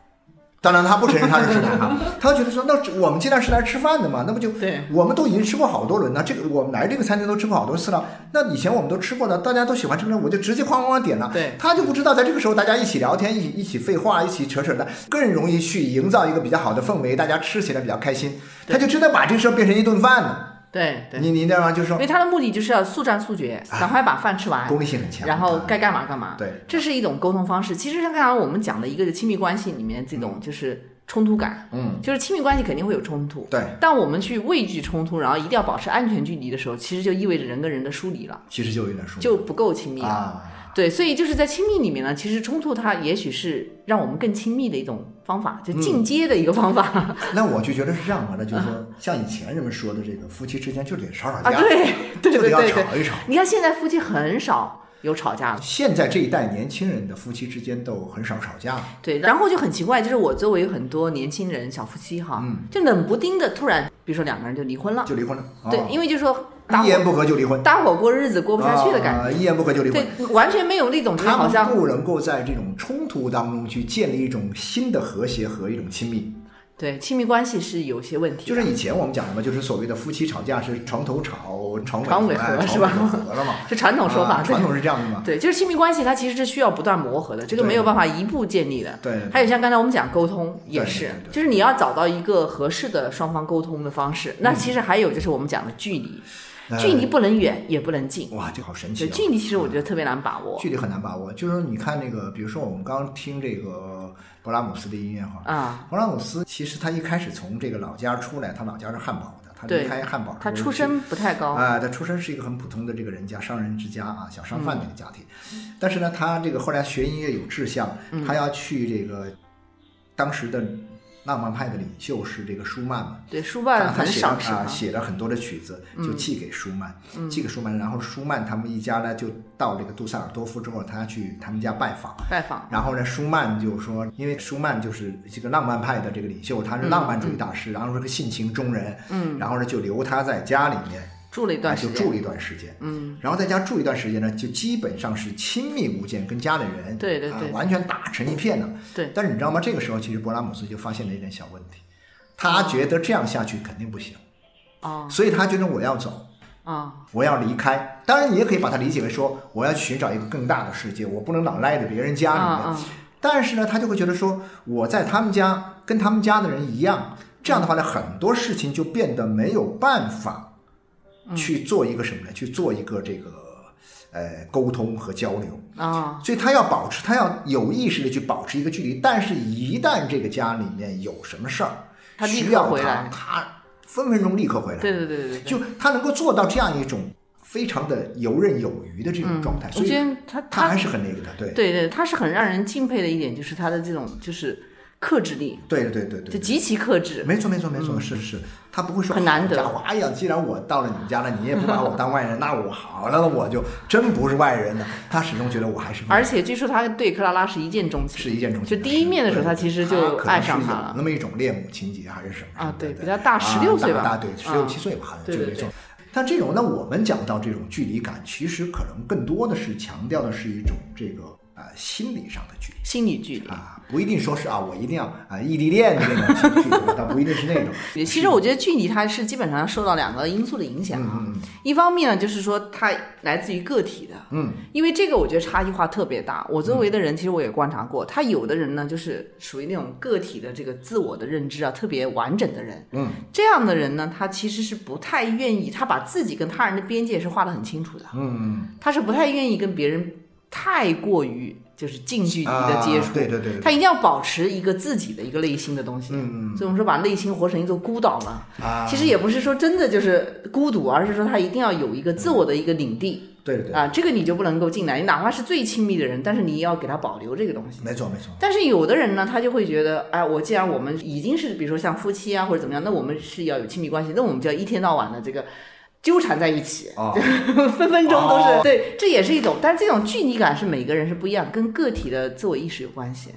Speaker 2: 当然，他不承认他是直 男哈，他觉得说：“那我们既然是来吃饭的嘛，那不就
Speaker 1: 对
Speaker 2: 我们都已经吃过好多轮了，这个我们来这个餐厅都吃过好多次了。那以前我们都吃过了，大家都喜欢吃那，我就直接哐哐哐点了。
Speaker 1: 对
Speaker 2: 他就不知道在这个时候大家一起聊天，一起一起废话，一起扯扯淡，更容易去营造一个比较好的氛围，大家吃起来比较开心。
Speaker 1: 对
Speaker 2: 他就真的把这个事儿变成一顿饭了。
Speaker 1: 对对，
Speaker 2: 你你知道吗？就是
Speaker 1: 因
Speaker 2: 说
Speaker 1: 为他的目的就是要速战速决，赶快把饭吃完，
Speaker 2: 功利性很强，
Speaker 1: 然后
Speaker 2: 啊
Speaker 1: 该干嘛干嘛。
Speaker 2: 对，
Speaker 1: 这是一种沟通方式。其实像刚才我们讲的一个亲密关系里面这种就是冲突感，
Speaker 2: 嗯，
Speaker 1: 就是亲密关系肯定会有冲突。
Speaker 2: 对，
Speaker 1: 当我们去畏惧冲突，然后一定要保持安全距离的时候，其实就意味着人跟人的疏离了，
Speaker 2: 其实就有点舒服
Speaker 1: 就不够亲密了。
Speaker 2: 啊。
Speaker 1: 对，所以就是在亲密里面呢，其实冲突它也许是让我们更亲密的一种方法，就
Speaker 2: 嗯
Speaker 1: 进阶的一个方法、
Speaker 2: 那我就觉得是这样嘛，那就是说，像以前人们说的这个夫妻之间就得吵吵
Speaker 1: 啊。
Speaker 2: 架，
Speaker 1: 对，对
Speaker 2: 就
Speaker 1: 对
Speaker 2: 得要
Speaker 1: 对对。
Speaker 2: 吵一吵。
Speaker 1: 你看现在夫妻很少有吵架了。
Speaker 2: 现在这一代年轻人的夫妻之间都很少吵架了，
Speaker 1: 对，然后就很奇怪，就是我周围有很多年轻人小夫妻哈，
Speaker 2: 嗯
Speaker 1: 就冷不丁的突然，比如说两个人就离婚了，
Speaker 2: 就离婚了。
Speaker 1: 啊对，
Speaker 2: 哦
Speaker 1: 因为就说搭
Speaker 2: 一
Speaker 1: 伙
Speaker 2: 言不合就离婚，
Speaker 1: 搭伙过日子过不下去的感觉，
Speaker 2: 啊一言不合就离婚。
Speaker 1: 对，完全没有那种就是
Speaker 2: 他
Speaker 1: 好像啊
Speaker 2: 们不能够在这种冲突当中去建立一种新的和谐和一种亲密，
Speaker 1: 对，亲密关系是有些问题的，
Speaker 2: 就是以前我们讲的嘛，就是所谓的夫妻吵架是床头吵，床尾
Speaker 1: 床尾
Speaker 2: 和
Speaker 1: 和
Speaker 2: 床
Speaker 1: 是吧
Speaker 2: 尾和了嘛，
Speaker 1: 是 传统说法，
Speaker 2: 啊
Speaker 1: 对
Speaker 2: 传统是这样的嘛，
Speaker 1: 对，就是亲密关系它其实是需要不断磨合的，这个
Speaker 2: 对
Speaker 1: 没有办法一步建立的。
Speaker 2: 对对
Speaker 1: 还有像刚才我们讲沟通也
Speaker 2: 对
Speaker 1: 是
Speaker 2: 嗯对对，对
Speaker 1: 就是你要找到一个合适的双方沟通的方式。那其实还有就是我们讲的距离，
Speaker 2: 嗯呃
Speaker 1: 距离不能远也不能近。
Speaker 2: 哇，这好神奇、
Speaker 1: 对，
Speaker 2: 哦，
Speaker 1: 距离其实我觉得特别难把握
Speaker 2: 距离很难把握。就是说你看那个，比如说我们刚听这个勃拉姆斯的音乐哈，
Speaker 1: 啊。
Speaker 2: 勃拉姆斯其实他一开始从这个老家出来，他老家是汉堡的，他
Speaker 1: 对
Speaker 2: 啊离开汉堡之后
Speaker 1: 他出
Speaker 2: 去
Speaker 1: 身不太高，
Speaker 2: 啊、他出身是一个很普通的这个人家，商人之家啊，小商
Speaker 1: 嗯
Speaker 2: 贩的一个家庭。但是呢，他这个后来学音乐有志向，
Speaker 1: 嗯
Speaker 2: 他要去这个当时的浪漫派的领袖是这个舒曼嘛。
Speaker 1: 对，舒
Speaker 2: 他
Speaker 1: 曼
Speaker 2: 他
Speaker 1: 很
Speaker 2: 写
Speaker 1: 少
Speaker 2: 了
Speaker 1: 是嗯
Speaker 2: 啊，
Speaker 1: 吗？
Speaker 2: 写了很多的曲子，就寄给舒曼，寄给舒曼。然后舒曼他们一家呢，就到这个杜塞尔多夫之后，他去他们家拜访。
Speaker 1: 拜访，
Speaker 2: 然后呢，舒曼就说，因为舒曼就是这个浪漫派的这个领袖，他是浪漫主义大师，然后是个性情中人，
Speaker 1: 嗯，
Speaker 2: 然后呢就留他在家里面，
Speaker 1: 住了一
Speaker 2: 啊，
Speaker 1: 段
Speaker 2: 就
Speaker 1: 时
Speaker 2: 住
Speaker 1: 间，
Speaker 2: 了一段时间，
Speaker 1: 嗯，
Speaker 2: 然后在家住一段时间呢，就基本上是亲密无间，跟家里人
Speaker 1: 对对对
Speaker 2: 啊完全打成一片的。
Speaker 1: 对，
Speaker 2: 但是你知道吗？这个时候其实勃拉姆斯就发现了一点小问题，他觉得这样下去肯定不行，
Speaker 1: 啊
Speaker 2: 所以他觉得我要走，
Speaker 1: 啊，
Speaker 2: 我要离开。当然，你也可以把它理解为说，我要寻找一个更大的世界，我不能老赖在别人家里面。
Speaker 1: 啊
Speaker 2: 但是呢，他就会觉得说，我在他们家跟他们家的人一样，这样的话呢，很多事情就变得没有办法
Speaker 1: 嗯
Speaker 2: 去做一个什么呢？去做一个这个呃沟通和交流。
Speaker 1: 啊啊，
Speaker 2: 所以他要保持，他要有意识的去保持一个距离。但是，一旦这个家里面有什么事儿，
Speaker 1: 他立刻
Speaker 2: 需要
Speaker 1: 回
Speaker 2: 他
Speaker 1: 来，
Speaker 2: 他分分钟立刻回来。
Speaker 1: 对对对对对，
Speaker 2: 就他能够做到这样一种非常的游刃有余的这种状态，
Speaker 1: 嗯我
Speaker 2: 所
Speaker 1: 觉
Speaker 2: 以
Speaker 1: 得他
Speaker 2: 他还是很那个的。对，
Speaker 1: 对对，他是很让人敬佩的一点，就是他的这种就是克制力，
Speaker 2: 对对对对
Speaker 1: 就
Speaker 2: 对。
Speaker 1: 极其克制。
Speaker 2: 没错，没错，没错，是是，他不会说
Speaker 1: 嗯很难得
Speaker 2: 好家伙，哎呀，既然我到了你们家了，你也不把我当外人，那我好了，我就真不是外人了。他始终觉得我还是个
Speaker 1: 而且据说他对克拉拉是一见钟情，
Speaker 2: 嗯是一见钟情。
Speaker 1: 就第一面的时候
Speaker 2: 对
Speaker 1: 他其实就
Speaker 2: 可能
Speaker 1: 爱上
Speaker 2: 是
Speaker 1: 他
Speaker 2: 有
Speaker 1: 了
Speaker 2: 那么一种恋母情节还是什
Speaker 1: 啊
Speaker 2: 么什么的
Speaker 1: 对比他大16岁吧
Speaker 2: 啊大对，十六
Speaker 1: 啊
Speaker 2: 七岁吧，好像
Speaker 1: 对
Speaker 2: 就
Speaker 1: 对
Speaker 2: 没错。但这种，那我们讲到这种距离感，其实可能更多的是强调的是一种这个啊、心理上的距离。
Speaker 1: 心理距离。
Speaker 2: 啊，不一定说是啊，我一定要啊异地恋的那种情绪，我倒不一定是那 种。
Speaker 1: 其实我觉得距离它是基本上受到两个因素的影响啊，一方面呢就是说它来自于个体的，
Speaker 2: 嗯，
Speaker 1: 因为这个我觉得差异化特别大。我周围的人其实我也观察过，他有的人呢就是属于那种个体的这个自我的认知啊特别完整的人，
Speaker 2: 嗯，
Speaker 1: 这样的人呢他其实是不太愿意，他把自己跟他人的边界是画得很清楚的，
Speaker 2: 嗯，
Speaker 1: 他是不太愿意跟别人太过于就是近距离的
Speaker 2: 啊
Speaker 1: 接触，
Speaker 2: 对对对，对
Speaker 1: 他一定要保持一个自己的一个内心的东西。
Speaker 2: 嗯
Speaker 1: 所以我们说把内心活成一座孤岛嘛，
Speaker 2: 啊，
Speaker 1: 其实也不是说真的就是孤独，而是说他一定要有一个自我的一个领地
Speaker 2: 对对对，
Speaker 1: 啊，这个你就不能够进来，你哪怕是最亲密的人，但是你也要给他保留这个东西。
Speaker 2: 没错没错，
Speaker 1: 但是有的人呢，他就会觉得，哎，我既然我们已经是比如说像夫妻啊或者怎么样，那我们是要有亲密关系，那我们就要一天到晚的这个纠缠在一起，
Speaker 2: 哦，
Speaker 1: 分分钟都是、
Speaker 2: 哦
Speaker 1: 对，这也是一种，但是这种距离感是每个人是不一样，跟个体的自我意识有关系。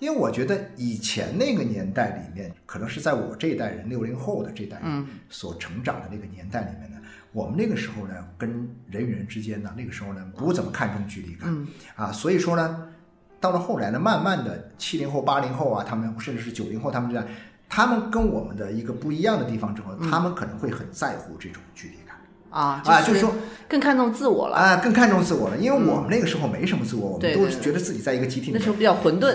Speaker 2: 因为我觉得以前那个年代里面，可能是在我这一代人六零后的这代
Speaker 1: 嗯
Speaker 2: 人所成长的那个年代里面呢，我们那个时候呢，跟人与人之间呢，那个时候呢，不怎么看重距离感、
Speaker 1: 嗯
Speaker 2: 啊，所以说呢，到了后来呢，慢慢的七零后、八零后啊，他们甚至是九零后，他们这样，他们跟我们的一个不一样的地方之后，他们可能会很在乎这种距离感。
Speaker 1: 嗯啊
Speaker 2: 啊，就是说
Speaker 1: 更看重自我了。嗯
Speaker 2: 啊，更看重自我了，因为我们那个时候没什么自我，我
Speaker 1: 对
Speaker 2: 们都
Speaker 1: 对
Speaker 2: 是
Speaker 1: 对
Speaker 2: 觉得自己在一个集体里
Speaker 1: 那
Speaker 2: 面
Speaker 1: 时候比较混沌，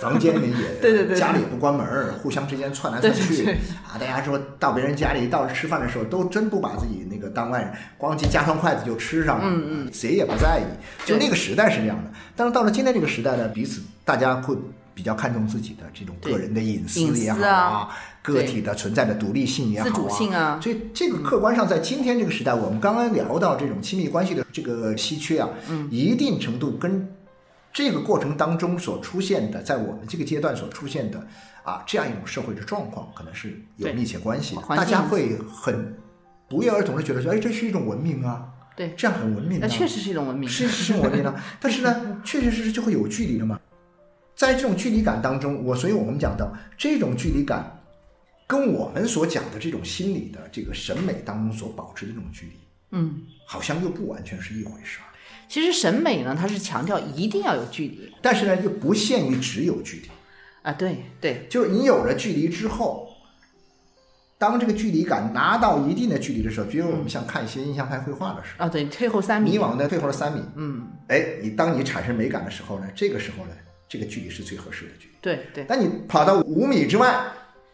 Speaker 2: 房间里 也，
Speaker 1: 对对对
Speaker 2: 家里也不关门儿，互相之间窜来窜去
Speaker 1: 对对对
Speaker 2: 啊。大家说到别人家里，到吃饭的时候，都真不把自己那个当外人，光去夹双筷子就吃上了，嗯嗯，谁也不在意。就那个时代是这样的，但是到了今天这个时代呢，彼此大家会比较看重自己的这种个人的隐私
Speaker 1: 隐私
Speaker 2: 也好
Speaker 1: 啊，
Speaker 2: 个体的存在的独立性也好
Speaker 1: 自主性啊
Speaker 2: 所以这个客观上，在今天这个时代，我们刚刚聊到这种亲密关系的这个稀缺啊，
Speaker 1: 嗯
Speaker 2: 一定程度跟这个过程当中所出现的，在我们这个阶段所出现的啊，这样一种社会的状况，可能是有
Speaker 1: 对
Speaker 2: 密切关系的。
Speaker 1: 环
Speaker 2: 大
Speaker 1: 境
Speaker 2: 家
Speaker 1: 因素
Speaker 2: 会很不约而同的觉得说，哎，这是一种文明啊，
Speaker 1: 对，
Speaker 2: 这样很文明
Speaker 1: 那呃
Speaker 2: 啊，
Speaker 1: 确实是一种文明。
Speaker 2: 是是我力 量，但是呢，确确实实就会有距离了嘛。在这种距离感当中，我所以我们讲到这种距离感，跟我们所讲的这种心理的这个审美当中所保持的这种距离，
Speaker 1: 嗯，
Speaker 2: 好像又不完全是一回事儿。
Speaker 1: 其实审美呢，它是强调一定要有距离
Speaker 2: 但是呢，又不限于只有距离，
Speaker 1: 啊，对对，
Speaker 2: 就是你有了距离之后，当这个距离感拿到一定的距离的时候，比如我们像看一些印象派绘画的时
Speaker 1: 啊对，退后三
Speaker 2: 候，你
Speaker 1: 米，
Speaker 2: 往那退后了三米，
Speaker 1: 嗯，
Speaker 2: 哎，你当你产生美感的时候呢，这个时候呢，这个距离是最合适的距离。
Speaker 1: 对对，
Speaker 2: 但你跑到五米之外，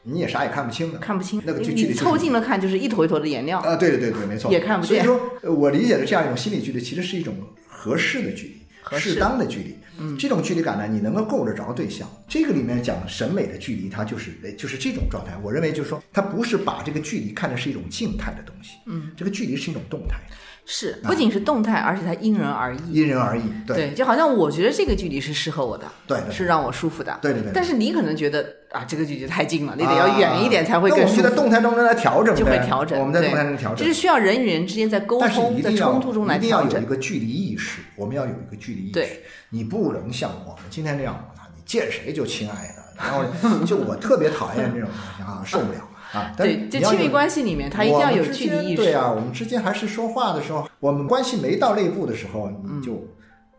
Speaker 2: 你也啥也看不清了。
Speaker 1: 看不清，
Speaker 2: 那个距距离
Speaker 1: 你
Speaker 2: 就是
Speaker 1: 凑近了看就是一坨一坨的颜料，
Speaker 2: 啊，对对对对，没错，
Speaker 1: 也看不见
Speaker 2: 所以说，呃我理解的这样一种心理距离，其实是一种合适的距离，
Speaker 1: 合适
Speaker 2: 适当的距离。嗯，这种距离感呢，你能够够得着对象。这个里面讲审美的距离，它就是哎就是这种状态。我认为就是说，它不是把这个距离看的是一种静态的东西，嗯，这个距离是一种动态的，
Speaker 1: 是
Speaker 2: 啊
Speaker 1: 不仅是动态，而且它因人而异。
Speaker 2: 因人而异。对
Speaker 1: 对，就好像我觉得这个距离是适合我的，
Speaker 2: 对对
Speaker 1: 是让我舒服的。
Speaker 2: 对对对
Speaker 1: 但是你可能觉得啊，这个距离太近了，你得
Speaker 2: 啊
Speaker 1: 要远一点才会
Speaker 2: 那
Speaker 1: 更
Speaker 2: 我们
Speaker 1: 舒
Speaker 2: 就
Speaker 1: 服
Speaker 2: 在。动态当中来调整呗，
Speaker 1: 就会调整，
Speaker 2: 我们在动
Speaker 1: 对
Speaker 2: 态中调整
Speaker 1: 这是。需要人与人之间在沟
Speaker 2: 但是
Speaker 1: 通、
Speaker 2: 一
Speaker 1: 在
Speaker 2: 定要
Speaker 1: 冲突中来
Speaker 2: 一定要
Speaker 1: 调
Speaker 2: 有一
Speaker 1: 整。
Speaker 2: 个距离意识，我们要有一个距离意识
Speaker 1: 对。
Speaker 2: 你不能像我们今天这样，我操，你见谁就亲爱的，然后就我特别讨厌这种东西啊，受不了啊。但是
Speaker 1: 对，就
Speaker 2: 你要
Speaker 1: 亲密
Speaker 2: 有
Speaker 1: 关系里面，它一定要有距离意识。
Speaker 2: 对啊，我们之间还是说话的时候，我们关系没到那一步的时候，你
Speaker 1: 嗯
Speaker 2: 就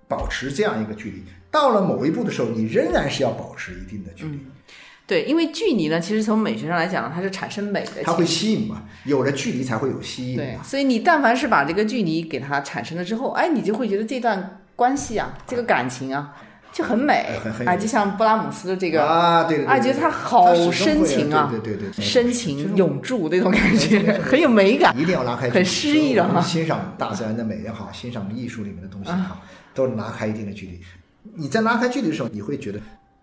Speaker 2: 保持这样一个距离；到了某一步的时候，你仍然是要保持一定的距离。
Speaker 1: 嗯对，因为距离呢，其实从美学上来讲，它是产生美的。
Speaker 2: 它会吸引嘛，有了距离才会有吸引
Speaker 1: 对
Speaker 2: 嘛，。
Speaker 1: 所以你但凡是把这个距离给它产生了之后，哎，你就会觉得这段关系啊，这个感情啊，就很美
Speaker 2: 哎很很有
Speaker 1: 啊，
Speaker 2: 意思
Speaker 1: 就像布拉姆斯的这个
Speaker 2: 啊，对对对，
Speaker 1: 啊，觉得他好深情啊，
Speaker 2: 对对对对，
Speaker 1: 深情永驻那种感觉，很有美感。
Speaker 2: 一定要拉开距离，
Speaker 1: 很诗意啊的哈
Speaker 2: 我们欣赏大自然的美也好，欣赏艺术里面的东西也好，都是拉开一定的距离。你在拉开距离的时候，你会觉得，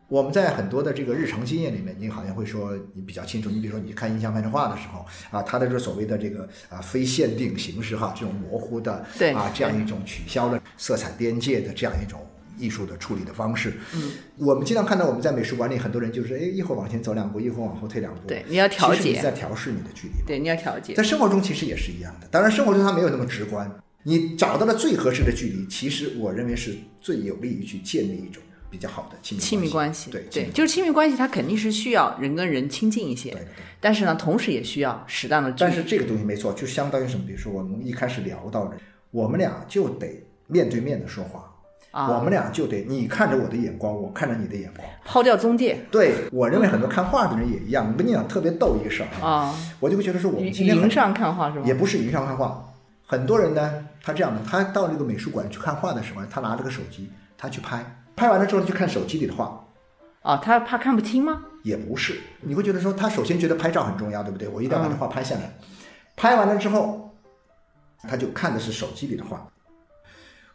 Speaker 2: 我们在很多的这个日常经验里面，你好像会说你比较清楚。你比如说你看印象派的画的时候啊，它的这所谓的这个啊非限定形式哈，这种模糊的
Speaker 1: 对
Speaker 2: 啊这样一种取消了色彩边界的这样一种。艺术的处理的方式，嗯，我们经常看到我们在美术馆里很多人就是，哎，一会儿往前走两步，一会儿往后退两步，
Speaker 1: 对你要调
Speaker 2: 其实你
Speaker 1: 节
Speaker 2: 在调试你的距离嘛。
Speaker 1: 对，你要调节。
Speaker 2: 在生活中其实也是一样的，当然生活中它没有那么直观。你找到了最合适的距离，其实我认为是最有利于去建立一种比较好的亲密
Speaker 1: 亲密关系，
Speaker 2: 对亲
Speaker 1: 对，
Speaker 2: 密
Speaker 1: 就是亲密关系，它肯定是需要人跟人亲近一些
Speaker 2: 对，对对。
Speaker 1: 但是呢，同时也需要适当的距
Speaker 2: 但
Speaker 1: 离。
Speaker 2: 是这个东西没错，就相当于什么？比如说我们一开始聊到的，我们俩就得面对面的说话，
Speaker 1: 啊
Speaker 2: 我们俩就得你看着我的眼光，我看着你的眼光。
Speaker 1: 抛掉中介
Speaker 2: 对我认为很多看画的人也一样，我跟你讲特别逗一个事儿啊，
Speaker 1: 啊，
Speaker 2: 我就会觉得说我
Speaker 1: 云
Speaker 2: 们今天很
Speaker 1: 云上看画是吗
Speaker 2: 也？不是云上看画，很多人呢，他这样的，他到这个美术馆去看画的时候，他拿着个手机，他去拍，拍完了之后他去看手机里的画，
Speaker 1: 啊，他怕看不清吗？
Speaker 2: 也不是，你会觉得说，他首先觉得拍照很重要，对不对？我一定要把这画拍下来，拍完了之后，他就看的是手机里的画。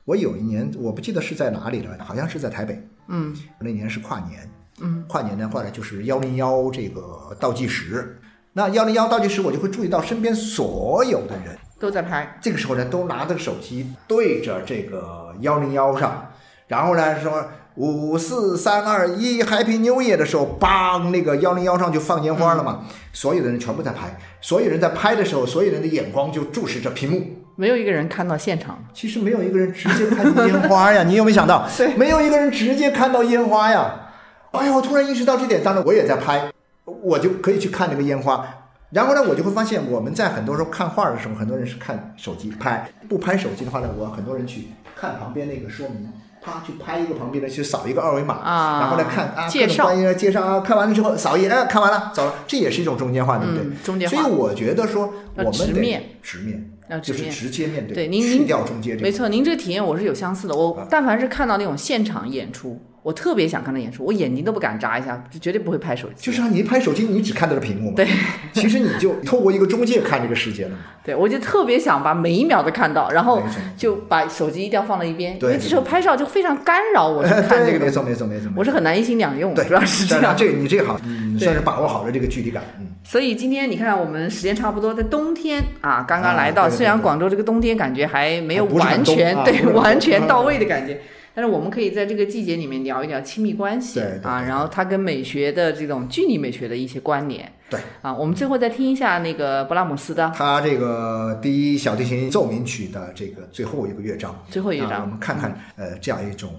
Speaker 2: 我有一年，我不记得是在哪里了，好像是在台北。
Speaker 1: 嗯
Speaker 2: 那年是跨年，
Speaker 1: 嗯，
Speaker 2: 跨年呢，后来就是幺零幺这个倒计时。那幺零幺倒计时，我就会注意到身边所有的人
Speaker 1: 都在拍，
Speaker 2: 这个时候呢，都拿着手机对着这个幺零幺上，然后呢说五四三二一 Happy New Year 的时候，梆，那个幺零幺上就放烟花了嘛，所有的人全部在拍，所有人在拍的时候，所有人的眼光就注视着屏幕。
Speaker 1: 没有一个人看到现场。
Speaker 2: 其实没有一个人直接看到烟花 呀，你有没有想到？
Speaker 1: 对
Speaker 2: 没有一个人直接看到烟花呀。哎呀，我突然意识到这点，当然我也在拍，我就可以去看那个烟花。然后呢，我就会发现，我们在很多时候看画的时候，很多人是看手机拍，不拍手机的话呢，我很多人去看旁边那个说明，啪去拍一个旁边的，去扫一个二维码，
Speaker 1: 啊
Speaker 2: 然后呢看啊，
Speaker 1: 介绍
Speaker 2: 各种关于介绍啊，看完了之后扫一眼，哎看完了走了，这也是一种中间化，啊对不对？
Speaker 1: 嗯中间化
Speaker 2: 所以我觉得说，我
Speaker 1: 要
Speaker 2: 们
Speaker 1: 直
Speaker 2: 得
Speaker 1: 面，
Speaker 2: 直面，
Speaker 1: 要直
Speaker 2: 就是
Speaker 1: 面
Speaker 2: 直接面
Speaker 1: 对您
Speaker 2: 去
Speaker 1: 您
Speaker 2: 掉中间这个
Speaker 1: 没错，您这个体验我是有相似的。我
Speaker 2: 啊
Speaker 1: 但凡是看到那种现场演出，我特别想看到演出，我眼睛都不敢眨一下，就绝对不会拍手机。
Speaker 2: 就是啊，你一拍手机，你只看到了屏幕嘛。对， 其实你就透过一个中介看这个世界了嘛。
Speaker 1: 对，我就特别想把每一秒都看到，然后
Speaker 2: 没错没错
Speaker 1: 就把手机一定要放到一边，因
Speaker 2: 对
Speaker 1: 为这时候拍照就非常干扰我去
Speaker 2: 哎
Speaker 1: 看这
Speaker 2: 对，
Speaker 1: 个
Speaker 2: 没
Speaker 1: 东西。
Speaker 2: 错，没错，没错。
Speaker 1: 我是很难一心两用，
Speaker 2: 对，
Speaker 1: 主要是这
Speaker 2: 但
Speaker 1: 样。
Speaker 2: 这个你这个好，嗯，
Speaker 1: 对
Speaker 2: 算是把握好了这个距离感。嗯，
Speaker 1: 所以今天你看，我们时间差不多，在冬天啊，刚刚来到，
Speaker 2: 啊对对
Speaker 1: 虽然
Speaker 2: 对
Speaker 1: 广州这个冬天感觉还没有
Speaker 2: 啊不是
Speaker 1: 完
Speaker 2: 很冬
Speaker 1: 全、
Speaker 2: 啊不
Speaker 1: 对
Speaker 2: 是很冬
Speaker 1: 完全到位的感觉，但是我们可以在这个季节里面聊一聊亲密关系
Speaker 2: 对对对
Speaker 1: 啊，然后它跟美学的这种距离美学的一些关联
Speaker 2: 对。
Speaker 1: 啊，我们最后再听一下那个勃拉姆斯的
Speaker 2: 他这个第一小提琴奏鸣曲的这个最后一个乐章，
Speaker 1: 最后一
Speaker 2: 啊我
Speaker 1: 张
Speaker 2: 们看看呃这样一种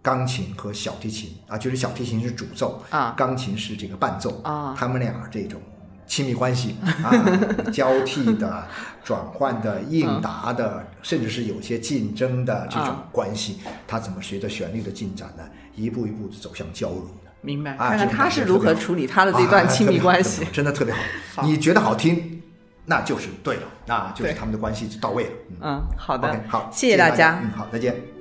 Speaker 2: 钢琴和小提琴啊，就是小提琴是主奏，
Speaker 1: 啊
Speaker 2: 钢琴是这个伴奏
Speaker 1: 啊
Speaker 2: 他们俩这种亲密 关系啊，交替的、转换的、应答的，甚至是有些竞争的这种
Speaker 1: 嗯啊
Speaker 2: 关系，它怎么随着旋律的进展呢，一步一步地走向交融的？
Speaker 1: 明白，
Speaker 2: 啊
Speaker 1: 看看
Speaker 2: 这种
Speaker 1: 他
Speaker 2: 感
Speaker 1: 是
Speaker 2: 觉
Speaker 1: 如
Speaker 2: 特别
Speaker 1: 何
Speaker 2: 好
Speaker 1: 处理他的这段亲密关系
Speaker 2: 啊。真的特别好，
Speaker 1: 好
Speaker 2: 你觉得好听，那就是对了，那就是
Speaker 1: 对
Speaker 2: 他们的关系就到位了。嗯
Speaker 1: 嗯，好的
Speaker 2: OK，好，
Speaker 1: 谢谢大
Speaker 2: 大
Speaker 1: 家
Speaker 2: 嗯，好，再见。